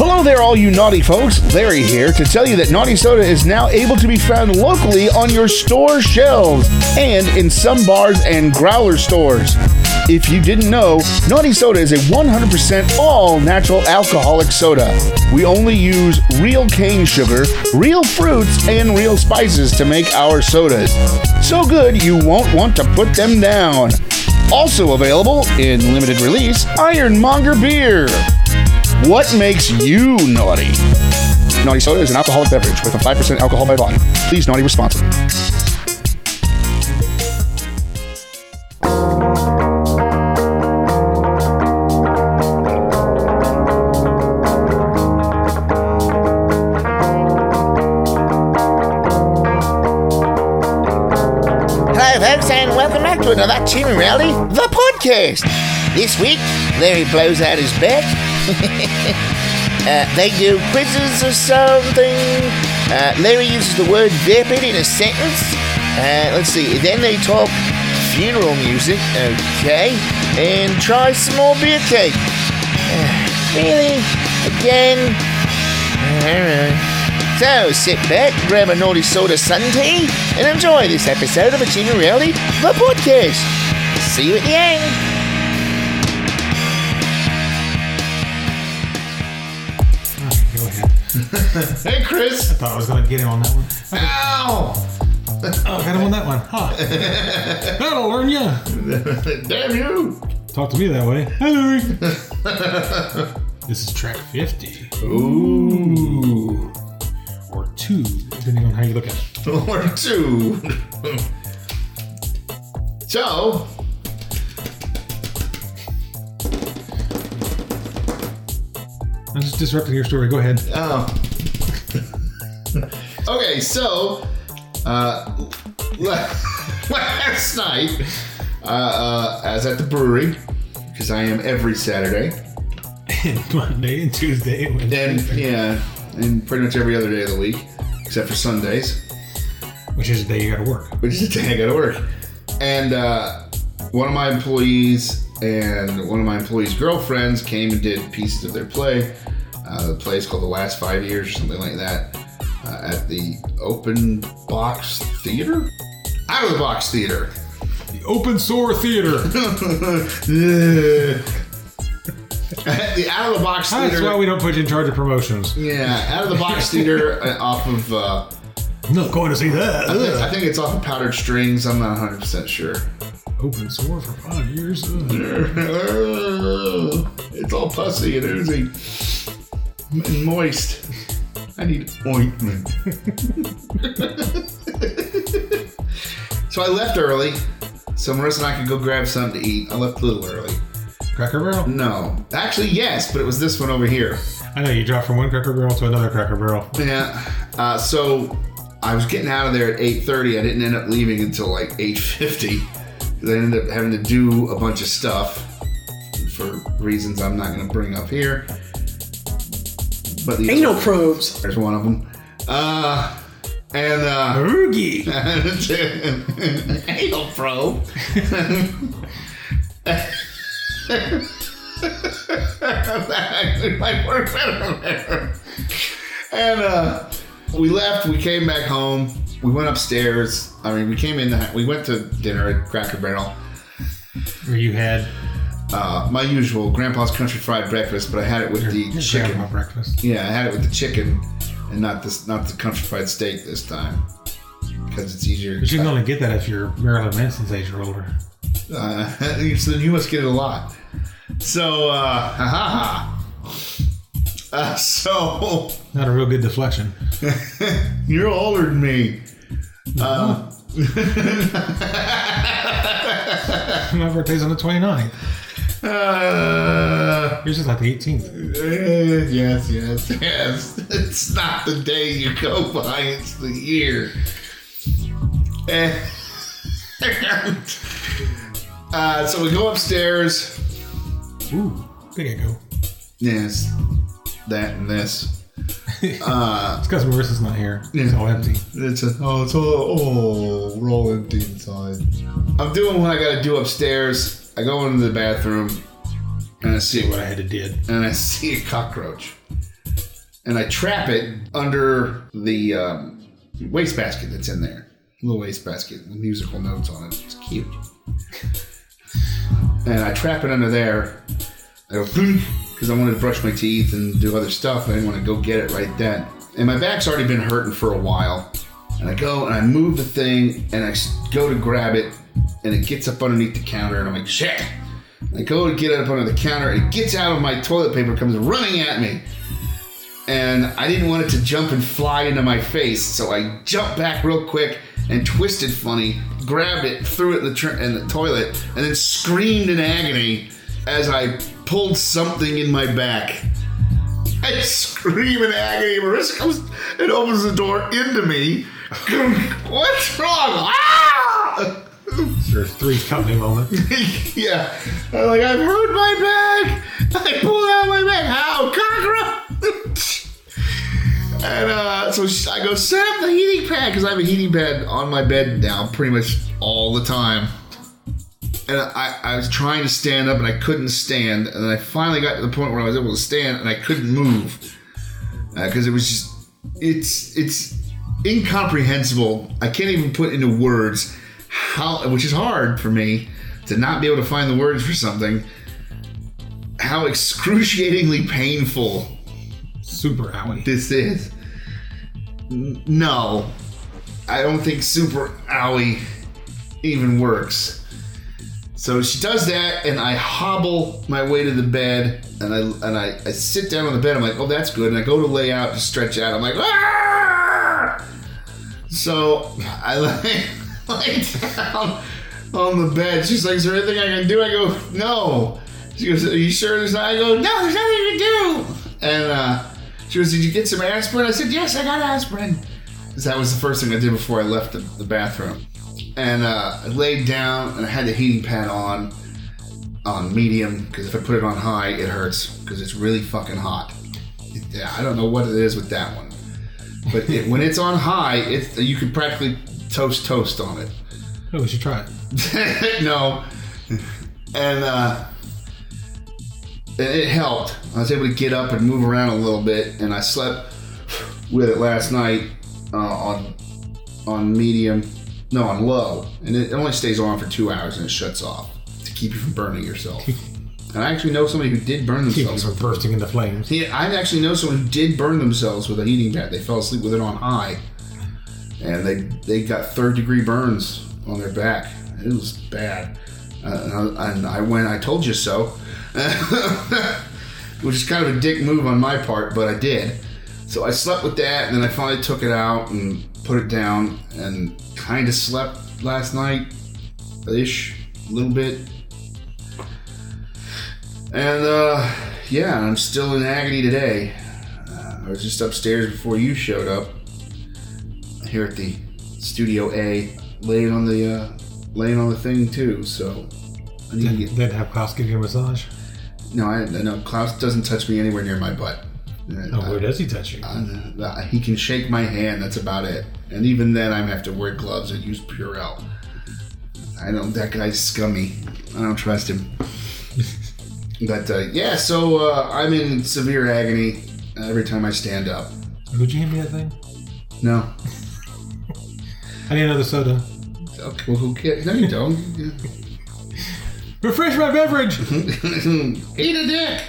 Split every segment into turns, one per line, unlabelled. Hello there, all you naughty folks. Larry here to tell you that Naughty Soda is now able to be found locally on your store shelves and in some bars and growler stores. If you didn't know, Naughty Soda is a 100% all natural alcoholic soda. We only use real cane sugar, real fruits, and real spices to make our sodas. So good, you won't want to put them down. Also available in limited release, Ironmonger Beer. What makes you naughty? Naughty soda is an alcoholic beverage with a 5% alcohol by volume. Please naughty responsibly.
Hello, folks, and welcome back to another Chin Rally, the podcast. This week, Larry blows out his back. uh, they do quizzes or something. Uh, Larry uses the word vapid in a sentence. Uh, let's see. Then they talk funeral music, okay, and try some more beer cake. Uh, really? Again? Alright. So sit back, grab a naughty soda sundae, and enjoy this episode of Achieving Reality, the podcast. See you at the end.
Go ahead.
Hey, Chris.
Thought I was gonna get him on that one. Oh,
Ow!
I got him on that one. Huh. That'll learn you.
Damn you!
Talk to me that way. Hi, Larry. this is track 50. Ooh. Or two, depending on how you look at it.
Or two. so,
I'm just disrupting your story. Go ahead.
um, okay, so uh, la- last night uh, uh, I was at the brewery because I am every Saturday.
And Monday and Tuesday. and Wednesday,
And yeah, and pretty much every other day of the week, except for Sundays.
Which is the day you gotta work.
which is a dang at work. And uh, one of my employees and one of my employees' girlfriends came and did pieces of their play. Uh, the play is called The Last Five Years or something like that uh, at the Open Box Theater? Out of the Box Theater.
The Open Sore Theater.
the Out of the Box Theater.
That's why we don't put you in charge of promotions.
yeah, Out of the Box Theater uh, off of. Uh,
I'm not going to see that.
I, think, I
Ugh.
think it's off of Powdered Strings. I'm not 100% sure.
Open Sore for five years. Ugh.
it's all pussy and oozy and moist. I need ointment. so I left early so Marissa and I could go grab something to eat. I left a little early.
Cracker Barrel.
No. Actually, yes, but it was this one over here.
I know you dropped from one Cracker Barrel to another Cracker Barrel.
Yeah. Uh, so I was getting out of there at 8.30. I didn't end up leaving until like 8.50. 'cause I ended up having to do a bunch of stuff for reasons I'm not going to bring up here. But the,
Anal probes.
there's one of them. Uh, and uh,
Oogie.
anal probe. that actually might work better. and uh, we left. We came back home. We went upstairs. I mean, we came in. The, we went to dinner at Cracker Barrel.
Where you had
Uh, my usual grandpa's country fried breakfast, but I had it with the
your
chicken.
grandma breakfast.
Yeah, I had it with the chicken, and not this, not the country fried steak this time, because it's easier.
But you can only get that if you're Marilyn Manson's age or older.
Uh, so then you must get it a lot. So, uh, ha ha ha. Uh, so,
Not a real good deflection.
you're older than me. Uh,
My birthday's on the 29th.
uh,
Yours is like the 18th.
eh, yes, yes, yes. It's not the day you go by, it's the year. And, uh, so we go upstairs.
Ooh, big go.
Yes, that and this. Uh,
it's because Marissa's not here. It's all empty.
It's a, oh, it's all, oh, we're all empty inside. I'm doing what I gotta do upstairs. I go into the bathroom and I see what
I
I
had it did.
and I see a cockroach, and I trap it under the um, wastebasket that's in there. Little wastebasket with musical notes on it. It's cute. And I trap it under there. I go because I wanted to brush my teeth and do other stuff. I didn't want to go get it right then. And my back's already been hurting for a while. And I go and I move the thing and I s- go to grab it and it gets up underneath the counter and I'm like, shit. I go to get it up under the counter. It gets out of my toilet paper, comes running at me. And I didn't want it to jump and fly into my face, so I jumped back real quick and twisted funny, grabbed it, threw it in the, tr- in the toilet, and then screamed in agony as I pulled something in my back. I scream in agony. Marissa comes and opens the door into me. What's wrong? Ah!
Your three company moment.
yeah. I'm like, I've hurt my back. I pulled out my back. How? Cockroach. and uh, so sh- I go, set up the heating pad because I have a heating pad on my bed now pretty much all the time. And I, I was trying to stand up and I couldn't stand. And then I finally got to the point where I was able to stand and I couldn't move because it was just it's it's incomprehensible. I can't even put into words how, which is hard for me to not be able to find the words for something. How excruciatingly painful
Super Owie.
this is. N- No, I don't think Super Owie even works. So she does that, and I hobble my way to the bed, and I and I, I sit down on the bed. I'm like, oh, that's good. And I go to lay out to stretch out. I'm like, ah! So I lay, lay down on the bed. She's like, is there anything I can do? I go, no. She goes, are you sure there's not? I go, no, there's nothing you can do. And uh, she goes, did you get some aspirin? I said, yes, I got aspirin. 'Cause that was the first thing I did before I left the, the bathroom. And uh, I laid down and I had the heating pad on, on medium, because if I put it on high, it hurts, because it's really fucking hot. It- yeah, I don't know what it is with that one. But it, when it's on high, it's you can practically toast toast on it.
Oh, we should try it.
no, and uh, it- it helped. I was able to get up and move around a little bit, and I slept with it last night uh, on on medium, no, on low, and it only stays on for two hours and it shuts off to keep you from burning yourself. and I actually know somebody who did burn
Keep us
themselves.
from bursting into flames.
Yeah, I actually know someone who did burn themselves with a heating pad. They fell asleep with it on high, and they they got third degree burns on their back. It was bad. Uh, and, I, and I went, I told you so, which is kind of a dick move on my part, but I did. So I slept with that, and then I finally took it out and put it down, and kind of slept last night, ish, a little bit. And uh, yeah, I'm still in agony today. Uh, I was just upstairs before you showed up here at the Studio A, laying on the uh, laying on the thing too. So I need to
Then,
get
then have Klaus give you a massage.
no, I, no. Klaus doesn't touch me anywhere near my butt.
Oh, where does he touch you?
Uh, he can shake my hand. That's about it. And even then, I have to wear gloves and use Purell. I don't. That guy's scummy. I don't trust him. but uh, yeah, so uh, I'm in severe agony uh, every time I stand up.
Would you hand me that thing?
No.
I need another soda.
Okay. Well, who cares? No, you don't.
Refresh my beverage!
Eat a dick.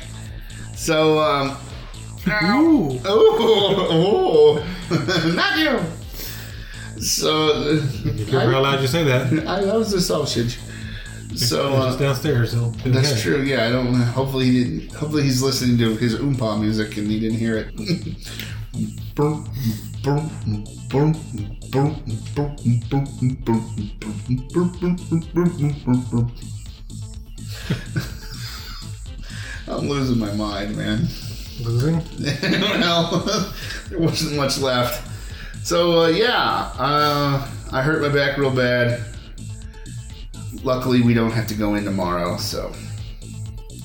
So um.
Ooh!
Oh, oh, not you. So
You're
I-
real loud you say that.
I loves the sausage. So
It's just
uh,
downstairs, so
that's true. Yeah, I don't. Hopefully he didn't. Hopefully he's listening to his oompa music and he didn't hear it. Boom, boom, boom, boom, boom, boom, boom, boom, boom, boom, boom, boom, boom. I'm losing my mind, man.
Losing?
well, there wasn't much left. So uh, yeah, uh, I hurt my back real bad. Luckily, we don't have to go in tomorrow, so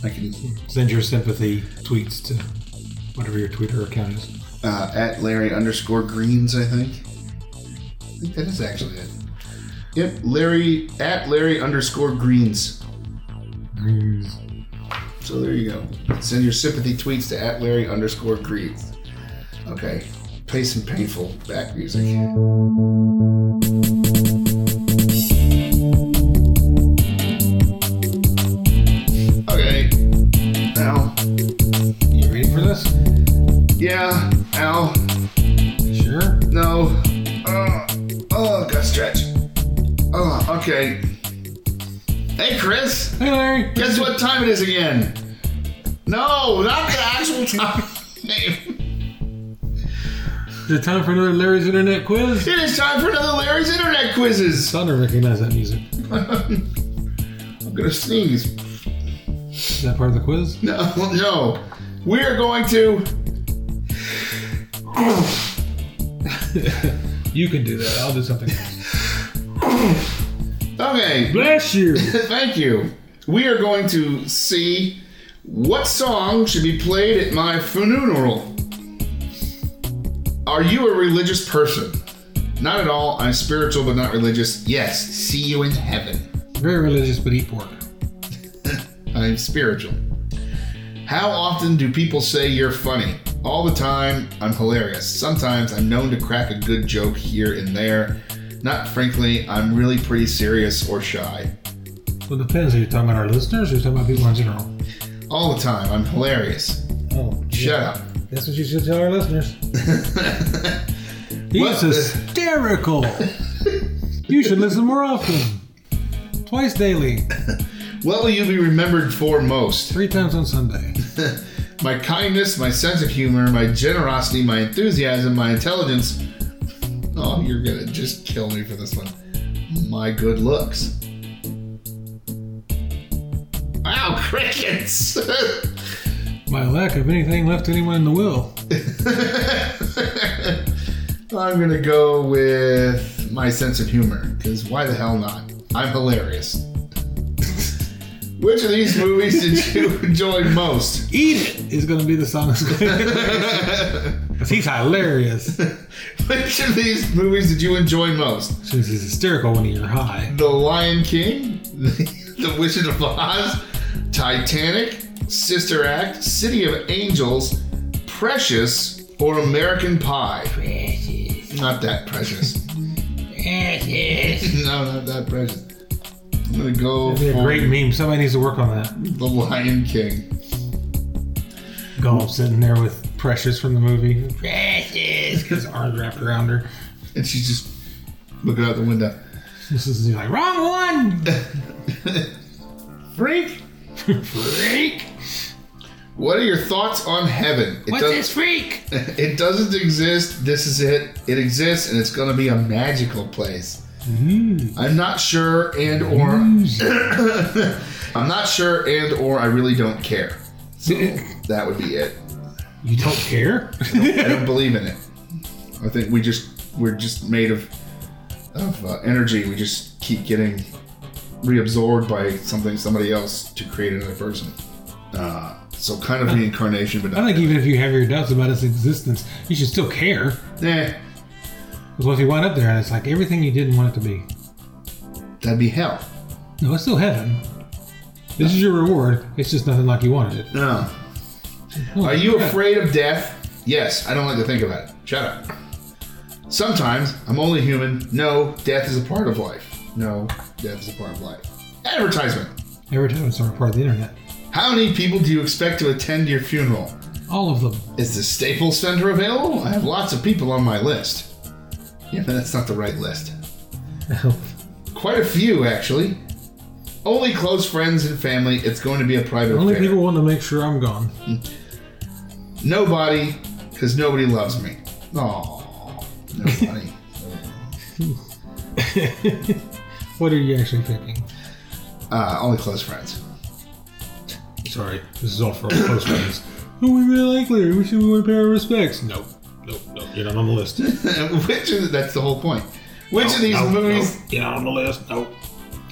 I can.
Send your sympathy tweets to whatever your Twitter account is.
uh, at Larry underscore Greens, I think. I think that is actually it. Yep, Larry at Larry underscore Greens.
Greens.
So there you go. Send your sympathy tweets to at Larry underscore Greens. Okay, play some painful back music. Okay, Al.
You ready for this?
Yeah, Al.
Sure.
No. Oh, oh, gut stretch. Oh, okay. Hey, Chris.
Hey, Larry.
Guess what time it is again? No, not the actual time. it
Is it time for another Larry's Internet Quiz?
is time for another Larry's Internet Quizzes.
Starting to recognize that music.
I'm gonna sneeze.
Is that part of the quiz?
No, no. We are going to.
You can do that. I'll do something else.
Okay.
Bless you.
Thank you. We are going to see what song should be played at my funeral. Are you a religious person? Not at all. I'm spiritual, but not religious. Yes. See you in heaven.
Very religious, but eat pork.
I'm spiritual. How often do people say you're funny? All the time. I'm hilarious. Sometimes I'm known to crack a good joke here and there. Not frankly, I'm really pretty serious or shy.
Well, it depends. Are you talking about our listeners or are you talking about people in general?
All the time. I'm hilarious.
Oh,
Shut up.
That's what you should tell our listeners. He's
What the-
hysterical. you should listen more often. Twice daily,
What will you be remembered for most?
three times on Sunday.
My kindness, my sense of humor, my generosity, my enthusiasm, my intelligence. Oh, you're gonna just kill me for this one. My good looks. Wow, crickets!
My lack of anything left to anyone in the will.
I'm gonna go with my sense of humor, because why the hell not? I'm hilarious. Which of these movies did you enjoy most?
Eat it is going to be the song. Because he's hilarious.
Which of these movies did you enjoy most?
Since he's hysterical when you're high.
The Lion King, The Wizard of Oz, Titanic, Sister Act, City of Angels, Precious, or American Pie? Precious. Not that precious. precious. No, not that precious. I'm gonna go
That'd be a
for
great meme. Somebody needs to work on that.
The Lion King.
Gollum sitting there with Precious from the movie. Precious. His arms wrapped around her.
And she's just looking out the window.
This is he's like, wrong one!
Freak.
Freak!
What are your thoughts on heaven? It
What's
does-
this freak?
It doesn't exist. This is it. It exists, and it's going to be a magical place.
Hmm.
I'm not sure, and or I'm not sure, and or I really don't care. That would be it.
You don't care?
I don't believe in it. I think we just we're just made of of uh, energy. We just keep getting reabsorbed by something, somebody else, to create another person. Uh, so kind of reincarnation, but
I
not.
think even if you have your doubts about its existence, you should still care.
Nah,
Because what if you wind up there and it's like everything you didn't want it to be?
that'd be hell.
No, it's still heaven. This is your reward. It's just nothing like you wanted it.
No. Are you afraid of death? Yes, I don't like to think about it. Shut up. Sometimes I'm only human. No, death is a part of life. No, death is a part of life. Advertisement.
Every time it's on a part of the internet.
How many people do you expect to attend your funeral?
All of them.
Is the Staples Center available? I have lots of people on my list. Yeah, but that's not the right list. Quite a few, actually. Only close friends and family. It's going to be a private
Only
affair.
people want to make sure I'm gone.
Nobody, because nobody loves me. Aww, nobody.
What are you actually thinking?
uh, only close friends.
Sorry, this is all for our close friends. Who we really like, Larry. We should we want to pay our respects. Nope. Nope. Nope. You're not on the list.
Which is that's the whole point. Which of these
Nope,
movies?
nope. You're not on the list. Nope.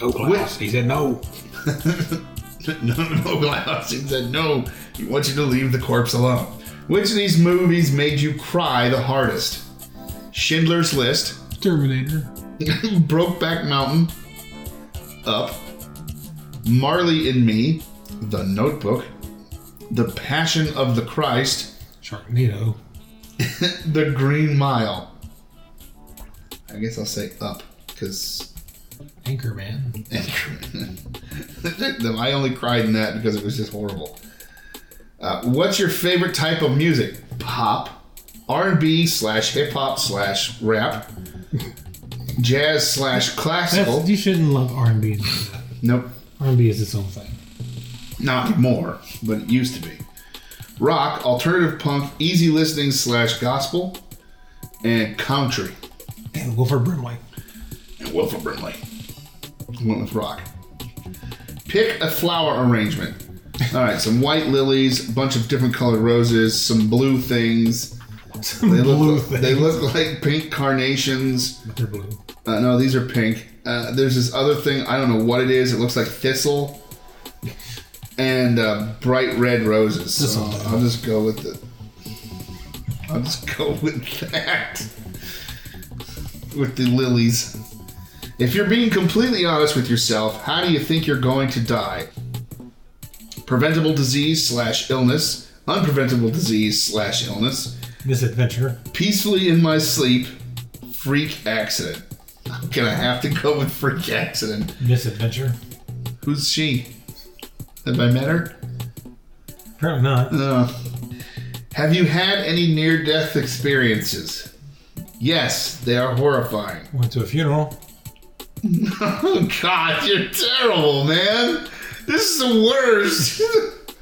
No class. He said no.
No, no, no, Glass. He said no. He wants you to leave the corpse alone. Which of these movies made you cry the hardest? Schindler's List,
Terminator.
Brokeback Mountain, Up, Marley and Me, The Notebook, The Passion of the Christ,
Sharknado.
The Green Mile. I guess I'll say Up because
Anchorman.
I only cried in that because it was just horrible. Uh, what's your favorite type of music? Pop, R&B slash hip hop slash rap, jazz slash classical.
That's, you shouldn't love R&B.
Nope.
R&B is its own thing.
not more, but it used to be. Rock, alternative punk, easy listening slash gospel, and country.
And go for Brimley.
And Wilfred Brimley went with rock. Pick a flower arrangement. All right, some white lilies, a bunch of different colored roses, some blue things. They look,
blue
They
things.
look like pink carnations.
But they're blue.
Uh, no, these are pink. Uh, there's this other thing. I don't know what it is. It looks like thistle and uh, bright red roses. So
Thistle.
I'll just go with the. I'll just go with that. With the lilies. If you're being completely honest with yourself, how do you think you're going to die? Preventable disease slash illness, unpreventable disease slash illness,
Misadventure.
peacefully in my sleep, freak accident. I'm gonna have to go with freak accident.
Misadventure.
Who's she? Have I met her?
Apparently not.
Uh, have you had any near death experiences? Yes, they are horrifying.
Went to a funeral.
Oh god, you're terrible, man. This is the worst.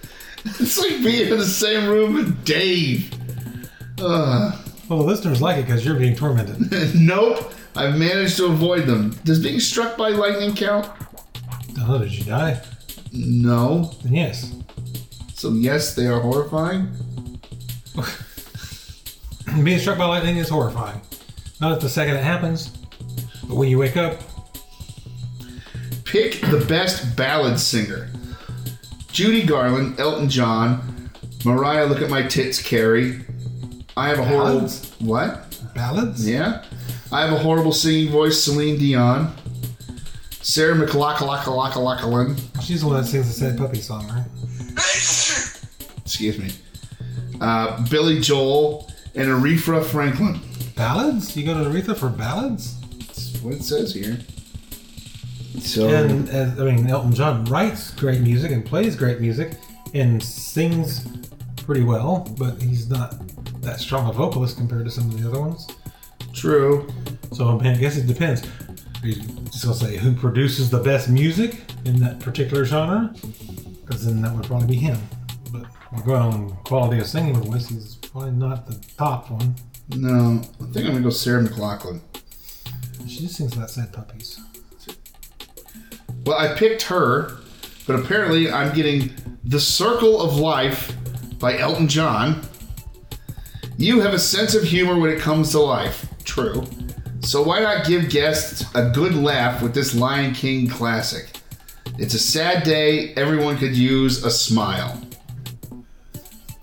it's like being in the same room with Dave. Ugh.
Well, the listeners like it because you're being tormented.
nope, I've managed to avoid them. Does being struck by lightning count?
Duh, did you die?
No.
Then yes.
So yes, they are horrifying.
Being struck by lightning is horrifying. Not at the second it happens, but when you wake up,
Pick the best ballad singer: Judy Garland, Elton John, Mariah. Look at my tits, Carrie. I have a horrible
Ballads?
what?
ballads?
Yeah, I have a horrible singing voice. Celine Dion, Sarah McLachlan.
She's the one that sings the sad puppy song, right?
Excuse me. Uh, Billy Joel and Aretha Franklin.
Ballads? You go to Aretha for ballads?
That's what it says here. So
And as, I mean, Elton John writes great music and plays great music and sings pretty well, but he's not that strong a vocalist compared to some of the other ones.
true.
So I, mean, I guess it depends. Are you just gonna say who produces the best music in that particular genre? Because then that would probably be him. But we're going on quality of singing voice. He's probably not the top one.
No, I think I'm gonna go Sarah McLachlan.
She just sings about sad puppies.
Well, I picked her, but apparently I'm getting The Circle of Life by Elton John. You have a sense of humor when it comes to life. True. So why not give guests a good laugh with this Lion King classic? It's a sad day, everyone could use a smile.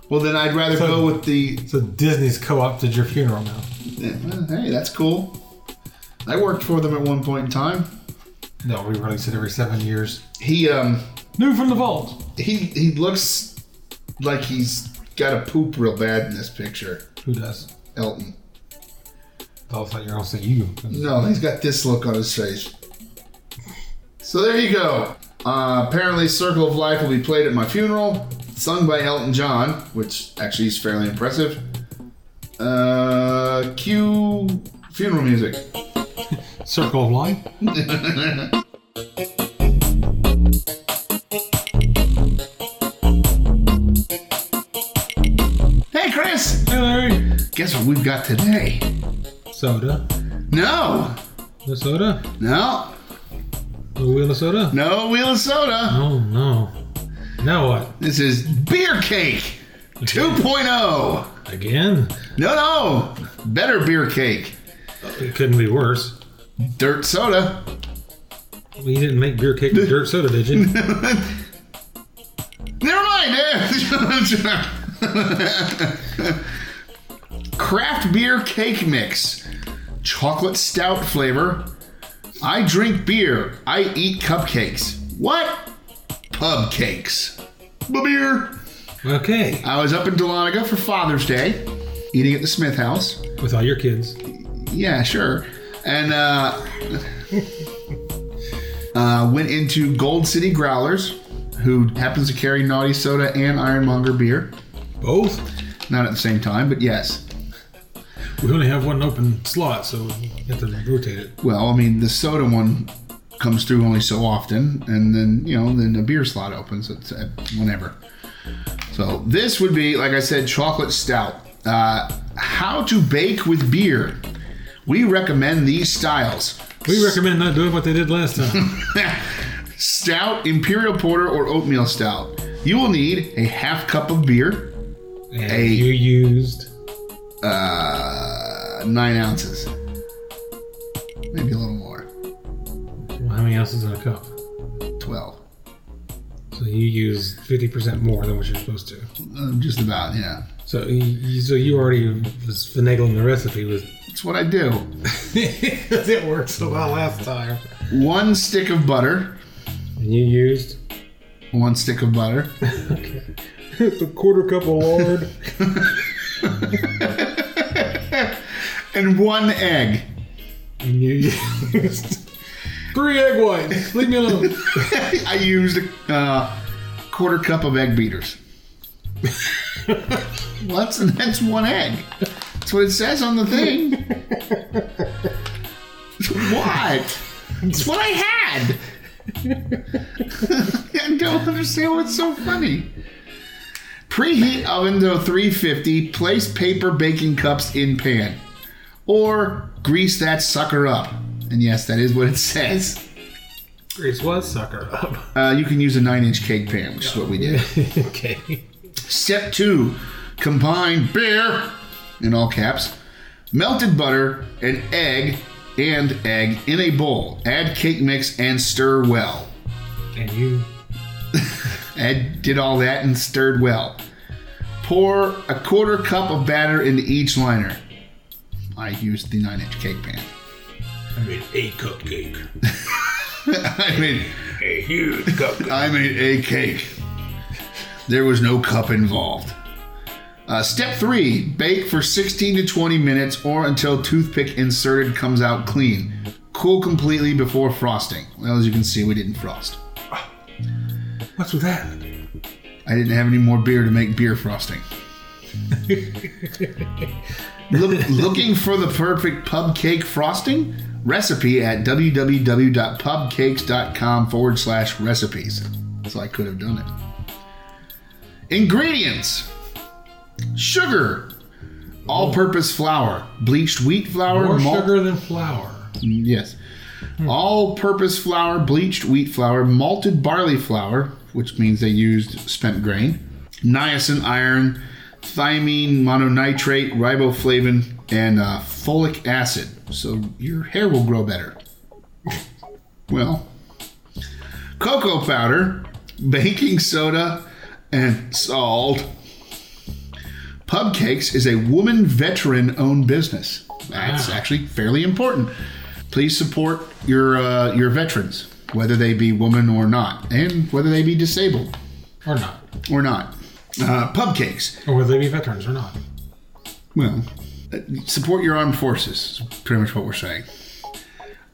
Well, then I'd rather
So-
go with the.
So Disney's co-opted your funeral now.
eh, Hey, that's cool. I worked for them at one point in time.
No, we release it every seven years.
He, um,
New from the vault.
he he looks like he's got to poop real bad in this picture.
Who does?
Elton.
I thought you were gonna say you.
No, he's got this look on his face. So there you go. Uh, apparently, Circle of Life will be played at my funeral, sung by Elton John, which actually is fairly impressive. Uh, cue funeral music.
Circle of life.
Hey, Chris!
Hey Larry.
Guess what we've got today?
Soda.
No!
No soda.
No!
No wheel of soda.
No wheel of soda!
Oh no. Now what?
This is Beer Cake oh. 2.0!
Again?
No, no. Better beer cake.
It couldn't be worse.
Dirt soda.
Well, you didn't make beer cake with dirt soda, did you?
Never mind. eh? Craft beer cake mix, chocolate stout flavor. I drink beer. I eat cupcakes. What? Pub cakes. But beer.
Okay,
I was up in Dahlonega for Father's Day, eating at the Smith house.
with all your kids.
Yeah, sure. And uh, uh, went into Gold City Growlers, who happens to carry Naughty Soda and Ironmonger beer.
Both.
Not at the same time, but yes.
We only have one open slot, so we have to rotate it.
Well, I mean, the soda one comes through only so often, and then you know, then the beer slot opens at, at whenever. So this would be, like I said, chocolate stout. Uh, how to bake with beer. We recommend these styles:
We recommend not doing what they did last time.
stout, imperial porter, or oatmeal stout. You will need a half cup of beer,
And
Hey.
you used
uh, nine ounces, maybe a little more,
well, how many ounces in a cup?
twelve.
So you used fifty percent more than what you're supposed to.
Uh, just about, yeah.
So you, so you already was finagling the recipe with.
That's what I do.
it worked so well last time.
one stick of butter,
And you used
one stick of butter,
the quarter cup of lard.
and one egg.
and you used three egg whites. Leave me alone.
I used a uh, quarter cup of egg beaters. well, that's, that's one egg. That's what it says on the thing. what? It's what I had. I don't understand what's so funny. Preheat oven to 350. Place paper baking cups in pan, or grease that sucker up. And yes, that is what it says.
Grace was sucker up.
Uh, you can use a nine-inch cake pan, which is what we did.
okay.
Step two: combine beer, in all caps, melted butter, an egg, and egg in a bowl. Add cake mix and stir well.
And you
Ed did all that and stirred well. Pour a quarter cup of batter into each liner. I used the nine-inch cake pan.
I made a cupcake.
I mean,
A huge cupcake.
I made a cake. There was no cup involved. Uh, step three: bake for 16 to 20 minutes or until toothpick inserted comes out clean. Cool completely before frosting. Well, as you can see, we didn't frost.
What's with that?
I didn't have any more beer to make beer frosting. Look, looking for the perfect pub cake frosting recipe at www.pubcakes.com forward slash recipes. So I could have done it. Ingredients: sugar, all-purpose flour, bleached wheat flour,
More
malt-
sugar Hmm. than flour.
Yes. All purpose flour, bleached wheat flour, malted barley flour, which means they used spent grain, niacin, iron, thymine, mononitrate, riboflavin, and uh, folic acid. So your hair will grow better. well, cocoa powder, baking soda, and salt. Pub Cakes is a woman veteran owned business. That's actually fairly important please support your uh, your veterans, whether they be women or not, and whether they be disabled
Or not.
or not. Uh, pub cakes.
Or whether they be veterans or not.
Well, uh, support your armed forces. is Pretty much what we're saying.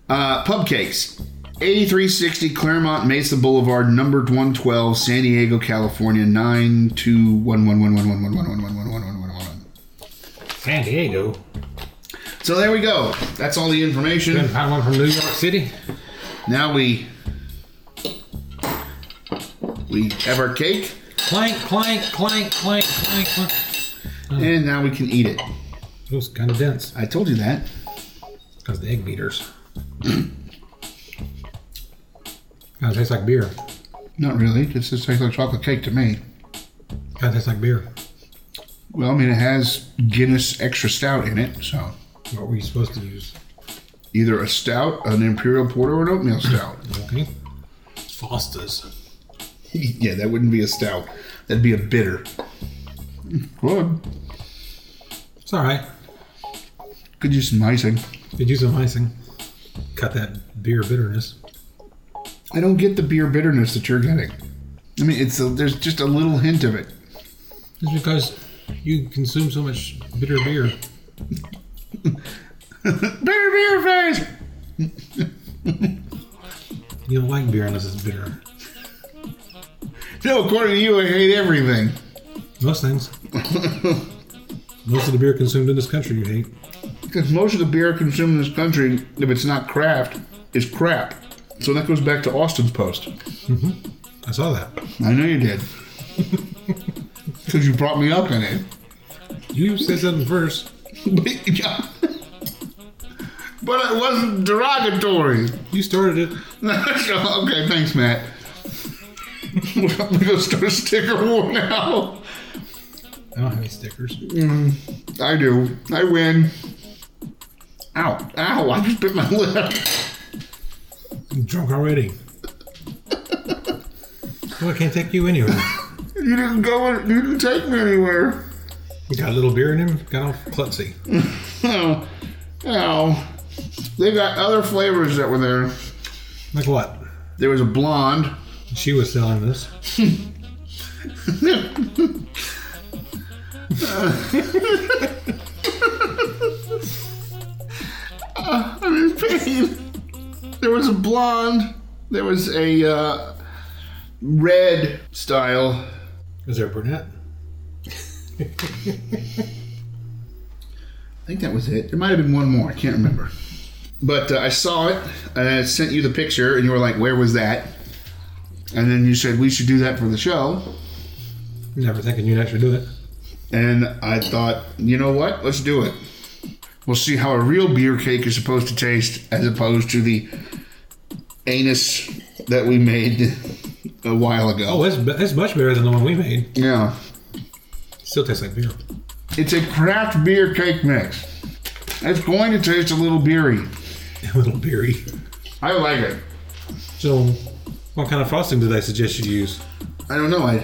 Uh, pub cakes. 8360 Claremont Mesa Boulevard, numbered 112, San Diego, California, 92111111111111111.
San Diego.
So there we go. That's all the
Then
information.
find one from New York City.
Now we we have our cake.
Clank, clank, clank, clank, clank, clank.
And now we can eat it.
It was kind of dense
I told you that.
because the egg beaters. kind of tastes like beer.
Not really. This just tastes like chocolate cake to me.
Kind of tastes like beer.
Well, I mean, it has Guinness extra stout in it, so
What were you supposed to use?
either a stout, an imperial porter, or an oatmeal stout.
Okay. Foster's.
yeah, that wouldn't be a stout. That'd be a bitter. Would.
It's all right.
Could use some icing.
Could use some icing. Cut that beer bitterness.
I don't get the beer bitterness that you're getting. I mean, it's a, there's just a little hint of it.
Just because you consume so much bitter beer.
Bitter beer face.
You don't like beer unless it's bitter.
No, according to you, I hate everything.
Most things. Most of the beer consumed in this country you hate.
Because most of the beer consumed in this country, if it's not craft, is crap. So that goes back to Austin's post.
I saw that.
I know you did. Because you brought me up in it.
You said something first.
But, yeah. but it wasn't derogatory.
You started it.
okay, thanks, Matt. We're going to start sticker war now.
I don't have any stickers.
I do. I win. Ow. Ow. I just bit my lip.
I'm drunk already. well, I can't take you anywhere.
You didn't go, in- you didn't take me anywhere.
You got a little beer in him, got off klutzy.
Oh. Oh. They got other flavors that were there.
Like what?
There was a blonde.
She was selling this.
I'm in pain. There was a blonde. There was a uh, red style.
Is there a brunette?
I think that was it. There might have been one more. I can't remember. But uh, I saw it and I sent you the picture, and you were like, "Where was that?" And then you said we should do that for the show.
Never thinking you'd actually do it.
And I thought, you know what? Let's do it. We'll see how a real beer cake is supposed to taste as opposed to the anus that we made a while
Oh,
ago.
that's, be- that's much better than the one we made.
Yeah.
Still tastes like beer.
It's a craft beer cake mix. It's going to taste a little beery.
A little beery.
I like it.
So, what kind of frosting did I suggest you use?
I don't know. I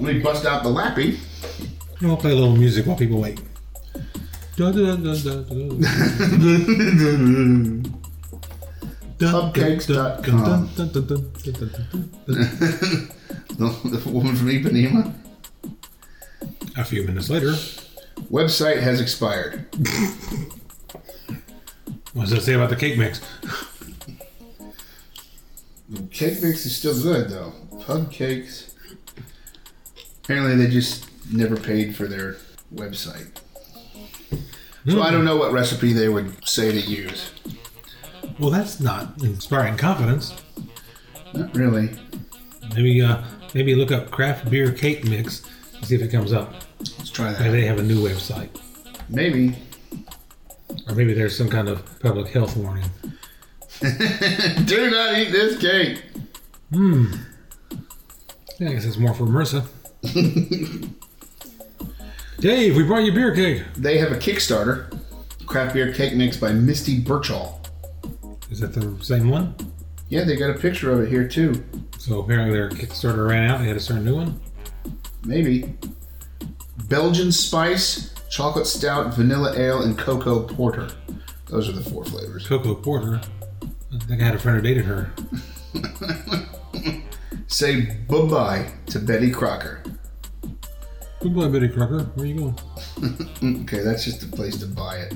let me bust out the lappy.
And we'll play a little music while people wait. Dun, dun, dun, dun, dun, dun. Dun, dun, dun, dun, dun, dun, dun, dun, dun, dun, dun.
The, the woman from Ipanema.
A few minutes later,
Website has expired.
what does it say about the cake mix?
The cake mix is still good though. Pug cakes. Apparently, they just never paid for their website. So I don't know what recipe they would say to use.
Hmm. Well, that's not inspiring confidence.
Not really.
Maybe, uh, maybe look up craft beer cake mix and see if it comes up.
Let's try
Maybe
that.
they have a new website,
Maybe.
or maybe there's some kind of public health warning.
Do not eat this cake.
Yeah, I guess it's more for MRSA. Dave, we brought you beer cake.
They have a Kickstarter, craft beer cake mix by Misty Birchall.
Is that the same one?
Yeah, they got a picture of it here too.
So apparently their Kickstarter ran out. They had to start a new one.
Maybe. Belgian spice, chocolate stout, vanilla ale, and cocoa porter. Those are the four flavors.
Cocoa Porter. I think I had a friend who dated her.
Say bye bye to Betty Crocker.
Good boy, Betty Crocker. Where you going?
Okay, that's just the place to buy it.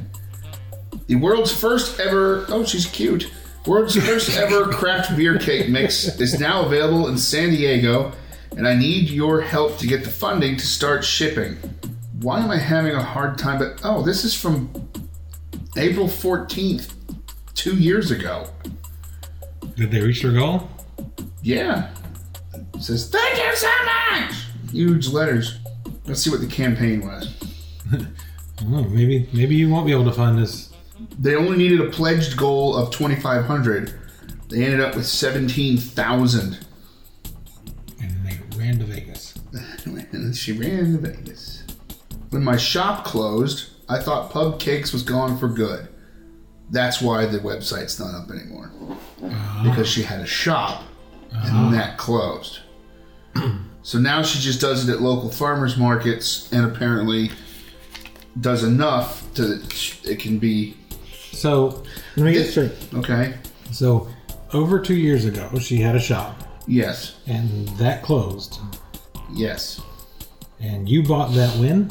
The world's first ever. Oh, she's cute. World's first ever craft beer cake mix is now available in San Diego, and I need your help to get the funding to start shipping. Why am I having a hard time? But oh, this is from April 14th, two years ago.
Did they reach their goal?
Yeah. It says, thank you so much! Huge letters. Let's see what the campaign was.
I don't know. Maybe, maybe you won't be able to find this.
They only needed a pledged goal of 2,500. They ended up with 17,000.
And they ran to Vegas.
And she ran to Vegas. When my shop closed, I thought Pub Cakes was gone for good. That's why the website's not up anymore. Because she had a shop and that closed. So now she just does it at local farmers markets, and apparently does enough to that it can be
So let me get straight.
okay.
So over two years ago, she had a shop,
Yes,
and that closed.
yes.
And you bought that when?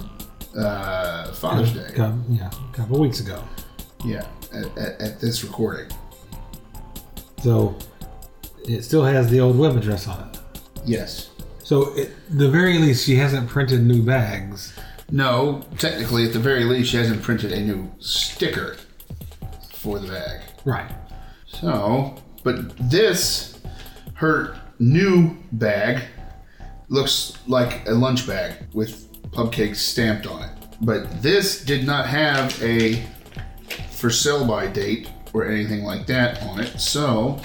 Uh, Father's
A
Day.
cou- yeah, a couple weeks ago.
Yeah, at, at, at this recording.
So it still has the old web address on it.
Yes.
So at the very least, she hasn't printed new bags.
No, technically, at the very least, she hasn't printed a new sticker for the bag.
Right.
So, but this, her new bag, looks like a lunch bag with pub cakes stamped on it. But this did not have a for sale by date or anything like that on it. So,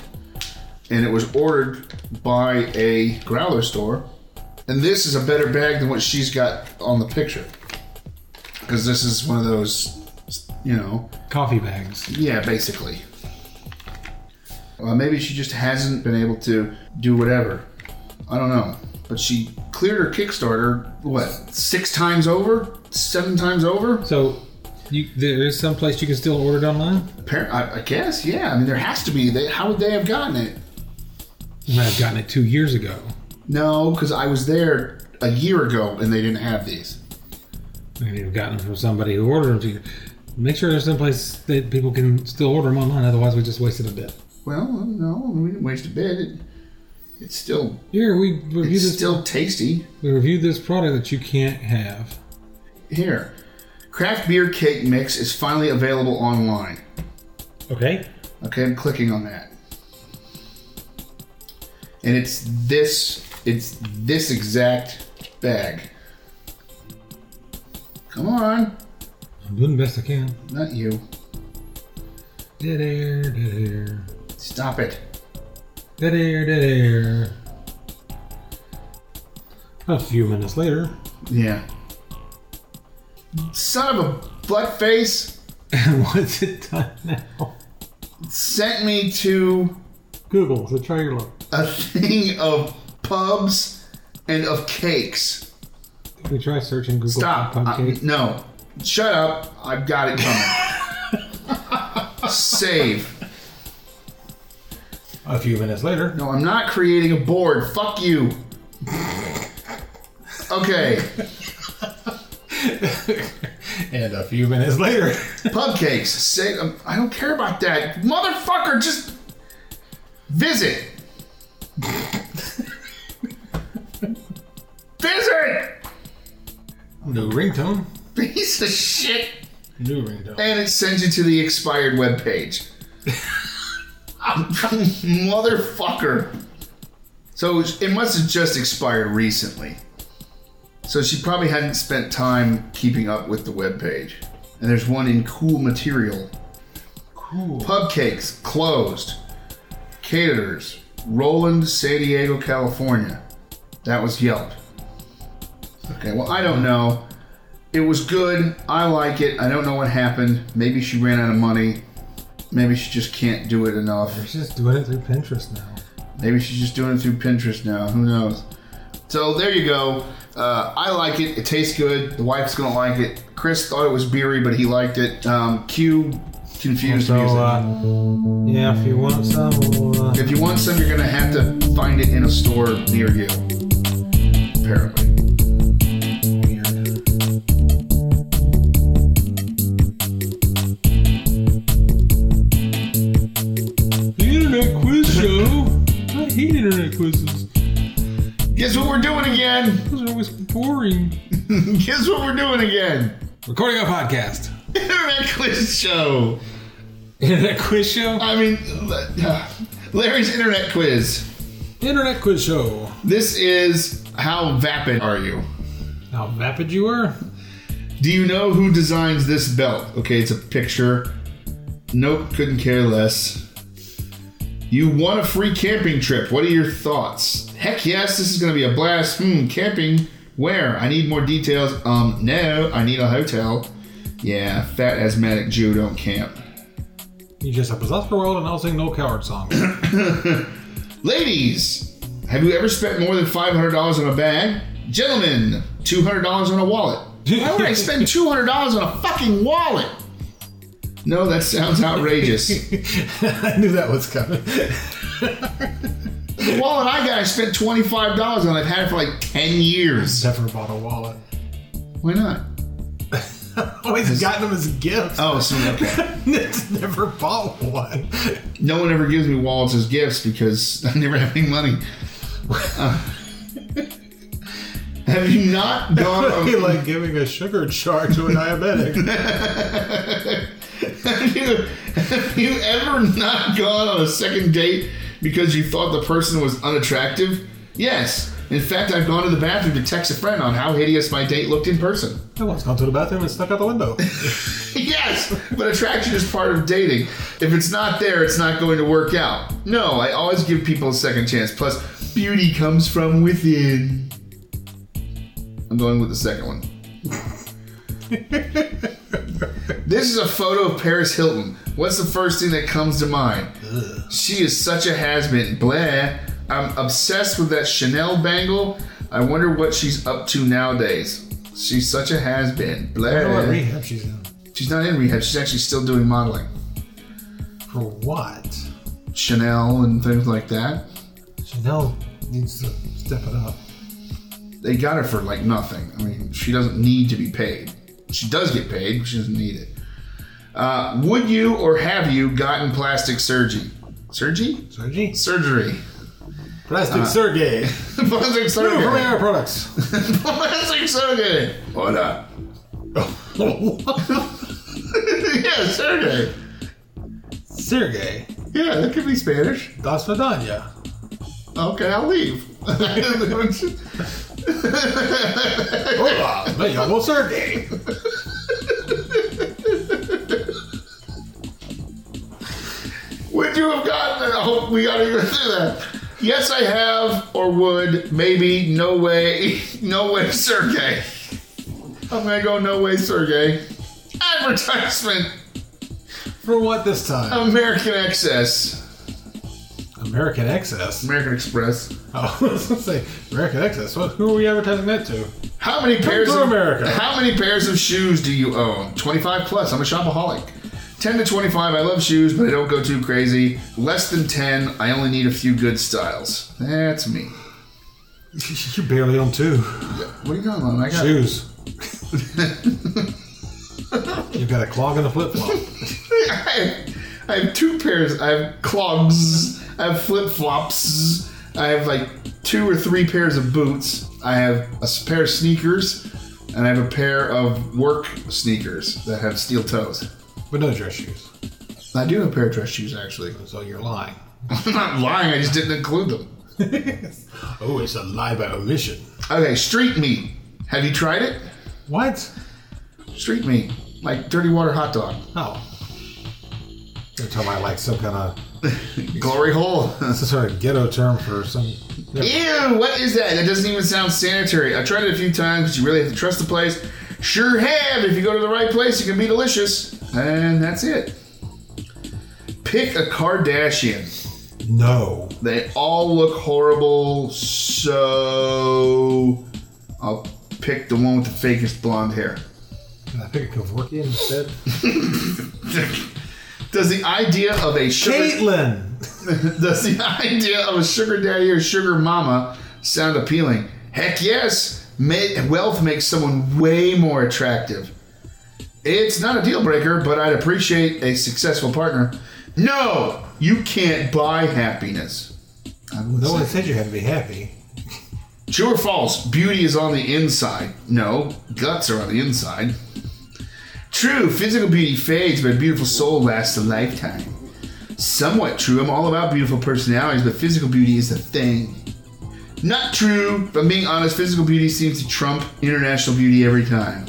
and it was ordered by a growler store. And this is a better bag than what she's got on the picture. Because this is one of those, you know,
Coffee bags.
yeah, basically. Uh, maybe she just hasn't been able to do whatever. I don't know. But she cleared her Kickstarter, what, six times over? Seven times over?
So you, there is some place you can still order it online.
Appar- I, I guess, yeah. I mean, there has to be. They, how would they have gotten it?
You might have gotten it two years ago.
No, because I was there a year ago and they didn't have these.
Maybe you've gotten them from somebody who ordered them to you. Make sure there's some place that people can still order them online. Otherwise, we just wasted a bit.
Well, no, we didn't waste a bit. It, it's still,
Here we review
it's
this.
still tasty.
we reviewed this product that you can't have.
Here, craft beer cake mix is finally available online.
Okay.
Okay, I'm clicking on that. And it's this it's this exact bag. Come on,
I'm doing the best I can.
not you.
Dead air, dead air,
Stop it.
dead air, dead air. A few minutes later,
Yeah. Son of a butt face
what's it done now?
sent me to
Google, so try your luck.
a thing of pubs and of cakes.
Did we try searching Google
Stop.
for
I-
cupcake?
no. Shut up. I've got it coming. Save.
a few minutes later,
No, I'm not creating a board. Fuck you. Okay,
and a few minutes later.
pub cakes. Say, um, I don't care about that, motherfucker. Just visit. visit.
New ringtone.
Piece of shit.
New ringtone.
And it sends you to the expired webpage. motherfucker. So it must have just expired recently. So she probably hadn't spent time keeping up with the webpage. And there's one in cool material.
Cool.
Pub cakes closed. Caterers, Roland, San Diego, California. That was Yelp. Okay, well, I don't know. It was good. I like it. I don't know what happened. Maybe she ran out of money. Maybe she just can't do it enough.
She's just doing it through Pinterest now.
Maybe she's just doing it through Pinterest now. Who knows? So there you go. Uh, I like it. It tastes good. The wife's gonna like it. Chris thought it was beery, but he liked it. Um, Q confused
So,
music.
uh, yeah, if you want some, we'll, uh,
If you want some, you're gonna have to find it in a store near you. Apparently.
The internet quiz show. I hate internet quizzes.
Guess what we're doing again?
Those are always boring.
Guess what we're doing again?
Recording a podcast.
Internet quiz show.
Internet quiz show.
I mean, uh, Larry's internet quiz.
Internet quiz show.
This is how vapid are you?
How vapid you were.
Do you know who designs this belt? Okay, it's a picture. Nope, couldn't care less. You won a free camping trip. What are your thoughts? Heck yes, this is going to be a blast. Hmm, camping? Where? I need more details. Um, no, I need a hotel. Yeah, fat asthmatic Jew don't camp.
You just have possessed the world and I'll sing no coward song.
Ladies, Have you ever spent more than five hundred dollars on a bag, gentlemen? Two hundred dollars on a wallet. Why would I spend two hundred dollars on a fucking wallet? No, that sounds outrageous.
I knew that was coming.
the wallet I got, I spent twenty five dollars on. I've had it for like ten years.
Zephyr bought a wallet.
Why not?
Oh, he's gotten them as a gift.
Oh, so okay.
Nick's never bought one.
no one ever gives me wallets as gifts because I never have any money. Uh, have you not gone?
It'd be like giving a sugar jar to a diabetic.
have, you, have you ever not gone on a second date because you thought the person was unattractive? Yes. In fact, I've gone to the bathroom to text a friend on how hideous my date looked in person.
I once gone to the bathroom and stuck out the window.
Yes, but attraction is part of dating. If it's not there, it's not going to work out. No, I always give people a second chance. Plus, beauty comes from within. I'm going with the second one. this is a photo of Paris Hilton. What's the first thing that comes to mind? She is such a has been. Blah. I'm obsessed with that Chanel bangle. I wonder what she's up to nowadays. She's such a has been. Blah.
I don't know what rehab she's in.
She's not in rehab. She's actually still doing modeling.
For what?
Chanel and things like that.
Chanel needs to step it up.
They got her for like nothing. I mean, she doesn't need to be paid. She does get paid, but she doesn't need it. Uh, would you or have you gotten plastic surgery? Surgery?
Sergey?
Surgery.
Plastic Sergey.
plastic
New from
surgery.
Air Products.
plastic surgery. What up? yeah, surgery.
Sergey.
Yeah, that could be Spanish.
Das Vidania.
Okay, I'll leave.
Hola, me llamo Sergey.
Would you have gotten? I hope we gotta go through that. Yes, I have, or would, maybe, no way, no way, Sergey. I'm gonna go no way, Sergey. Advertisement,
For what this time?
American Excess,
American Excess.
American Express.
Oh, I was gonna say American Excess. What, who are we advertising that to?
How many pairs
to
of
America.
How many pairs of shoes do you own? 25 plus. I'm a shopaholic. 10 to 25. I love shoes, but I don't go too crazy. Less than 10. I only need a few good styles. That's me.
You barely on two
What are you going on? I got
shoes. You've got a clog and a flip flop.
I have, I have two pairs. I have clogs. I have flip flops. I have like two or three pairs of boots. I have a s- pair of sneakers, and I have a pair of work sneakers that have steel toes.
But no dress shoes.
I do have a pair of dress shoes actually.
So you're lying.
I'm not lying. I just didn't include them.
Oh, it's a lie by omission.
Okay, street meat. Have you tried it?
What?
Street meat, like dirty water hot dog,
Oh. You're talking about like some kind of
glory hole.
That's a sort of ghetto term for some.
Ew, what is that? That doesn't even sound sanitary. I tried it a few times, but you really have to trust the place. Sure have. If you go to the right place, it can be delicious. And that's it. Pick a Kardashian.
No.
They all look horrible, so I'll pick the one with the fakest blonde hair.
Can I pick a Kevorkian instead?
Does the idea of a sugar
Caitlin!
Does the idea of a sugar daddy or sugar mama sound appealing? Heck yes. Ma- wealth makes someone way more attractive. It's not a deal breaker, but I'd appreciate a successful partner. No, you can't buy happiness. I would
No
say-
one said you had to be happy.
True or false? Beauty is on the inside. No, guts are on the inside. True, physical beauty fades, but a beautiful soul lasts a lifetime. Somewhat true, I'm all about beautiful personalities, but physical beauty is the thing. Not true, if I'm being honest, physical beauty seems to trump international beauty every time.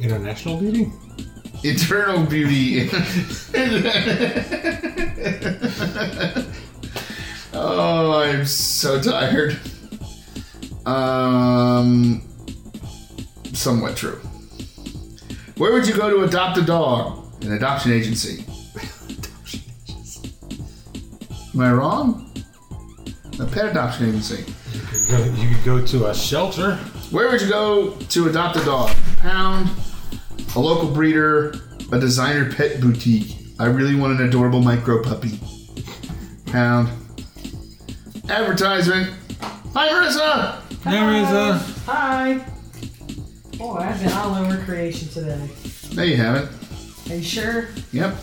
International beauty?
Eternal beauty. oh, I'm so tired. Um, somewhat true. Where would you go to adopt a dog? An adoption agency. Am I wrong? A pet adoption agency.
You could go- You could go to a shelter.
Where would you go to adopt a dog? Pound, a local breeder, a designer pet boutique. I really want an adorable micro puppy. Pound. Advertisement. Hi, Marissa!
There is a.
Hi. Boy, I've been all over creation today.
No, you haven't.
Are you sure?
Yep.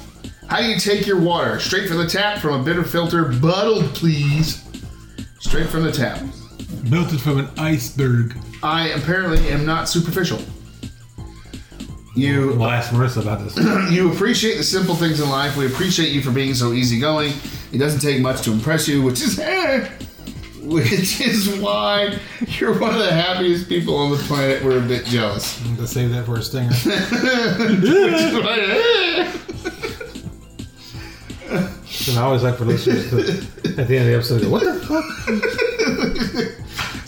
How do you take your water? Straight from the tap from a bitter filter, bottled, please. Straight from the tap.
Melted from an iceberg.
I apparently am not superficial. You
We'll ask Marissa about this.
You appreciate the simple things in life. We appreciate you for being so easygoing. It doesn't take much to impress you, which is which is why you're one of the happiest people on the planet. We're a bit jealous.
Let's save that for a stinger. And I always like for listeners to, at the end of the episode, go, what the fuck?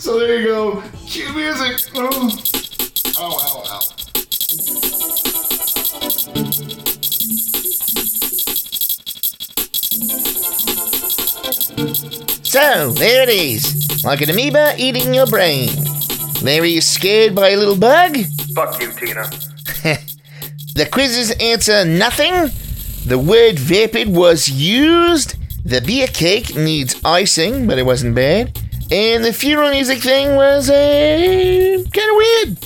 so there you go. Cue music. Oh, ow, ow, ow.
So, there it is. Like an amoeba eating your brain. Larry is scared by a little bug.
Fuck you, Tina.
The quizzes answer nothing. The word vapid was used. The beer cake needs icing, but it wasn't bad. And the funeral music thing was uh, kind of weird.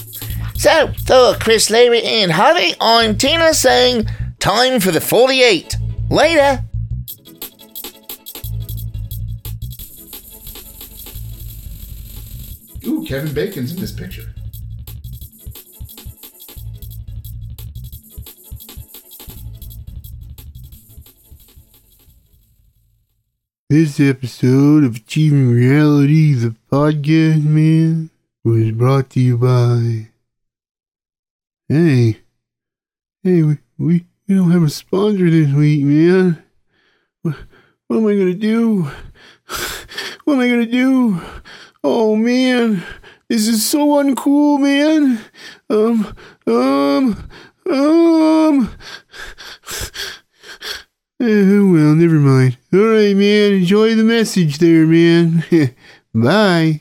So, for Chris, Larry, and Harvey, I'm Tina saying, time for the 48. Later.
Ooh, Kevin Bacon's in this picture.
This episode of Achieving Reality, the podcast, man, was brought to you by. Hey, hey, we, we, we don't have a sponsor this week, man. What, what am I gonna do? What am I gonna do? Oh man, this is so uncool, man. Um, um, um. Eh, well, never mind. All right, man. Enjoy the message there, man. Bye.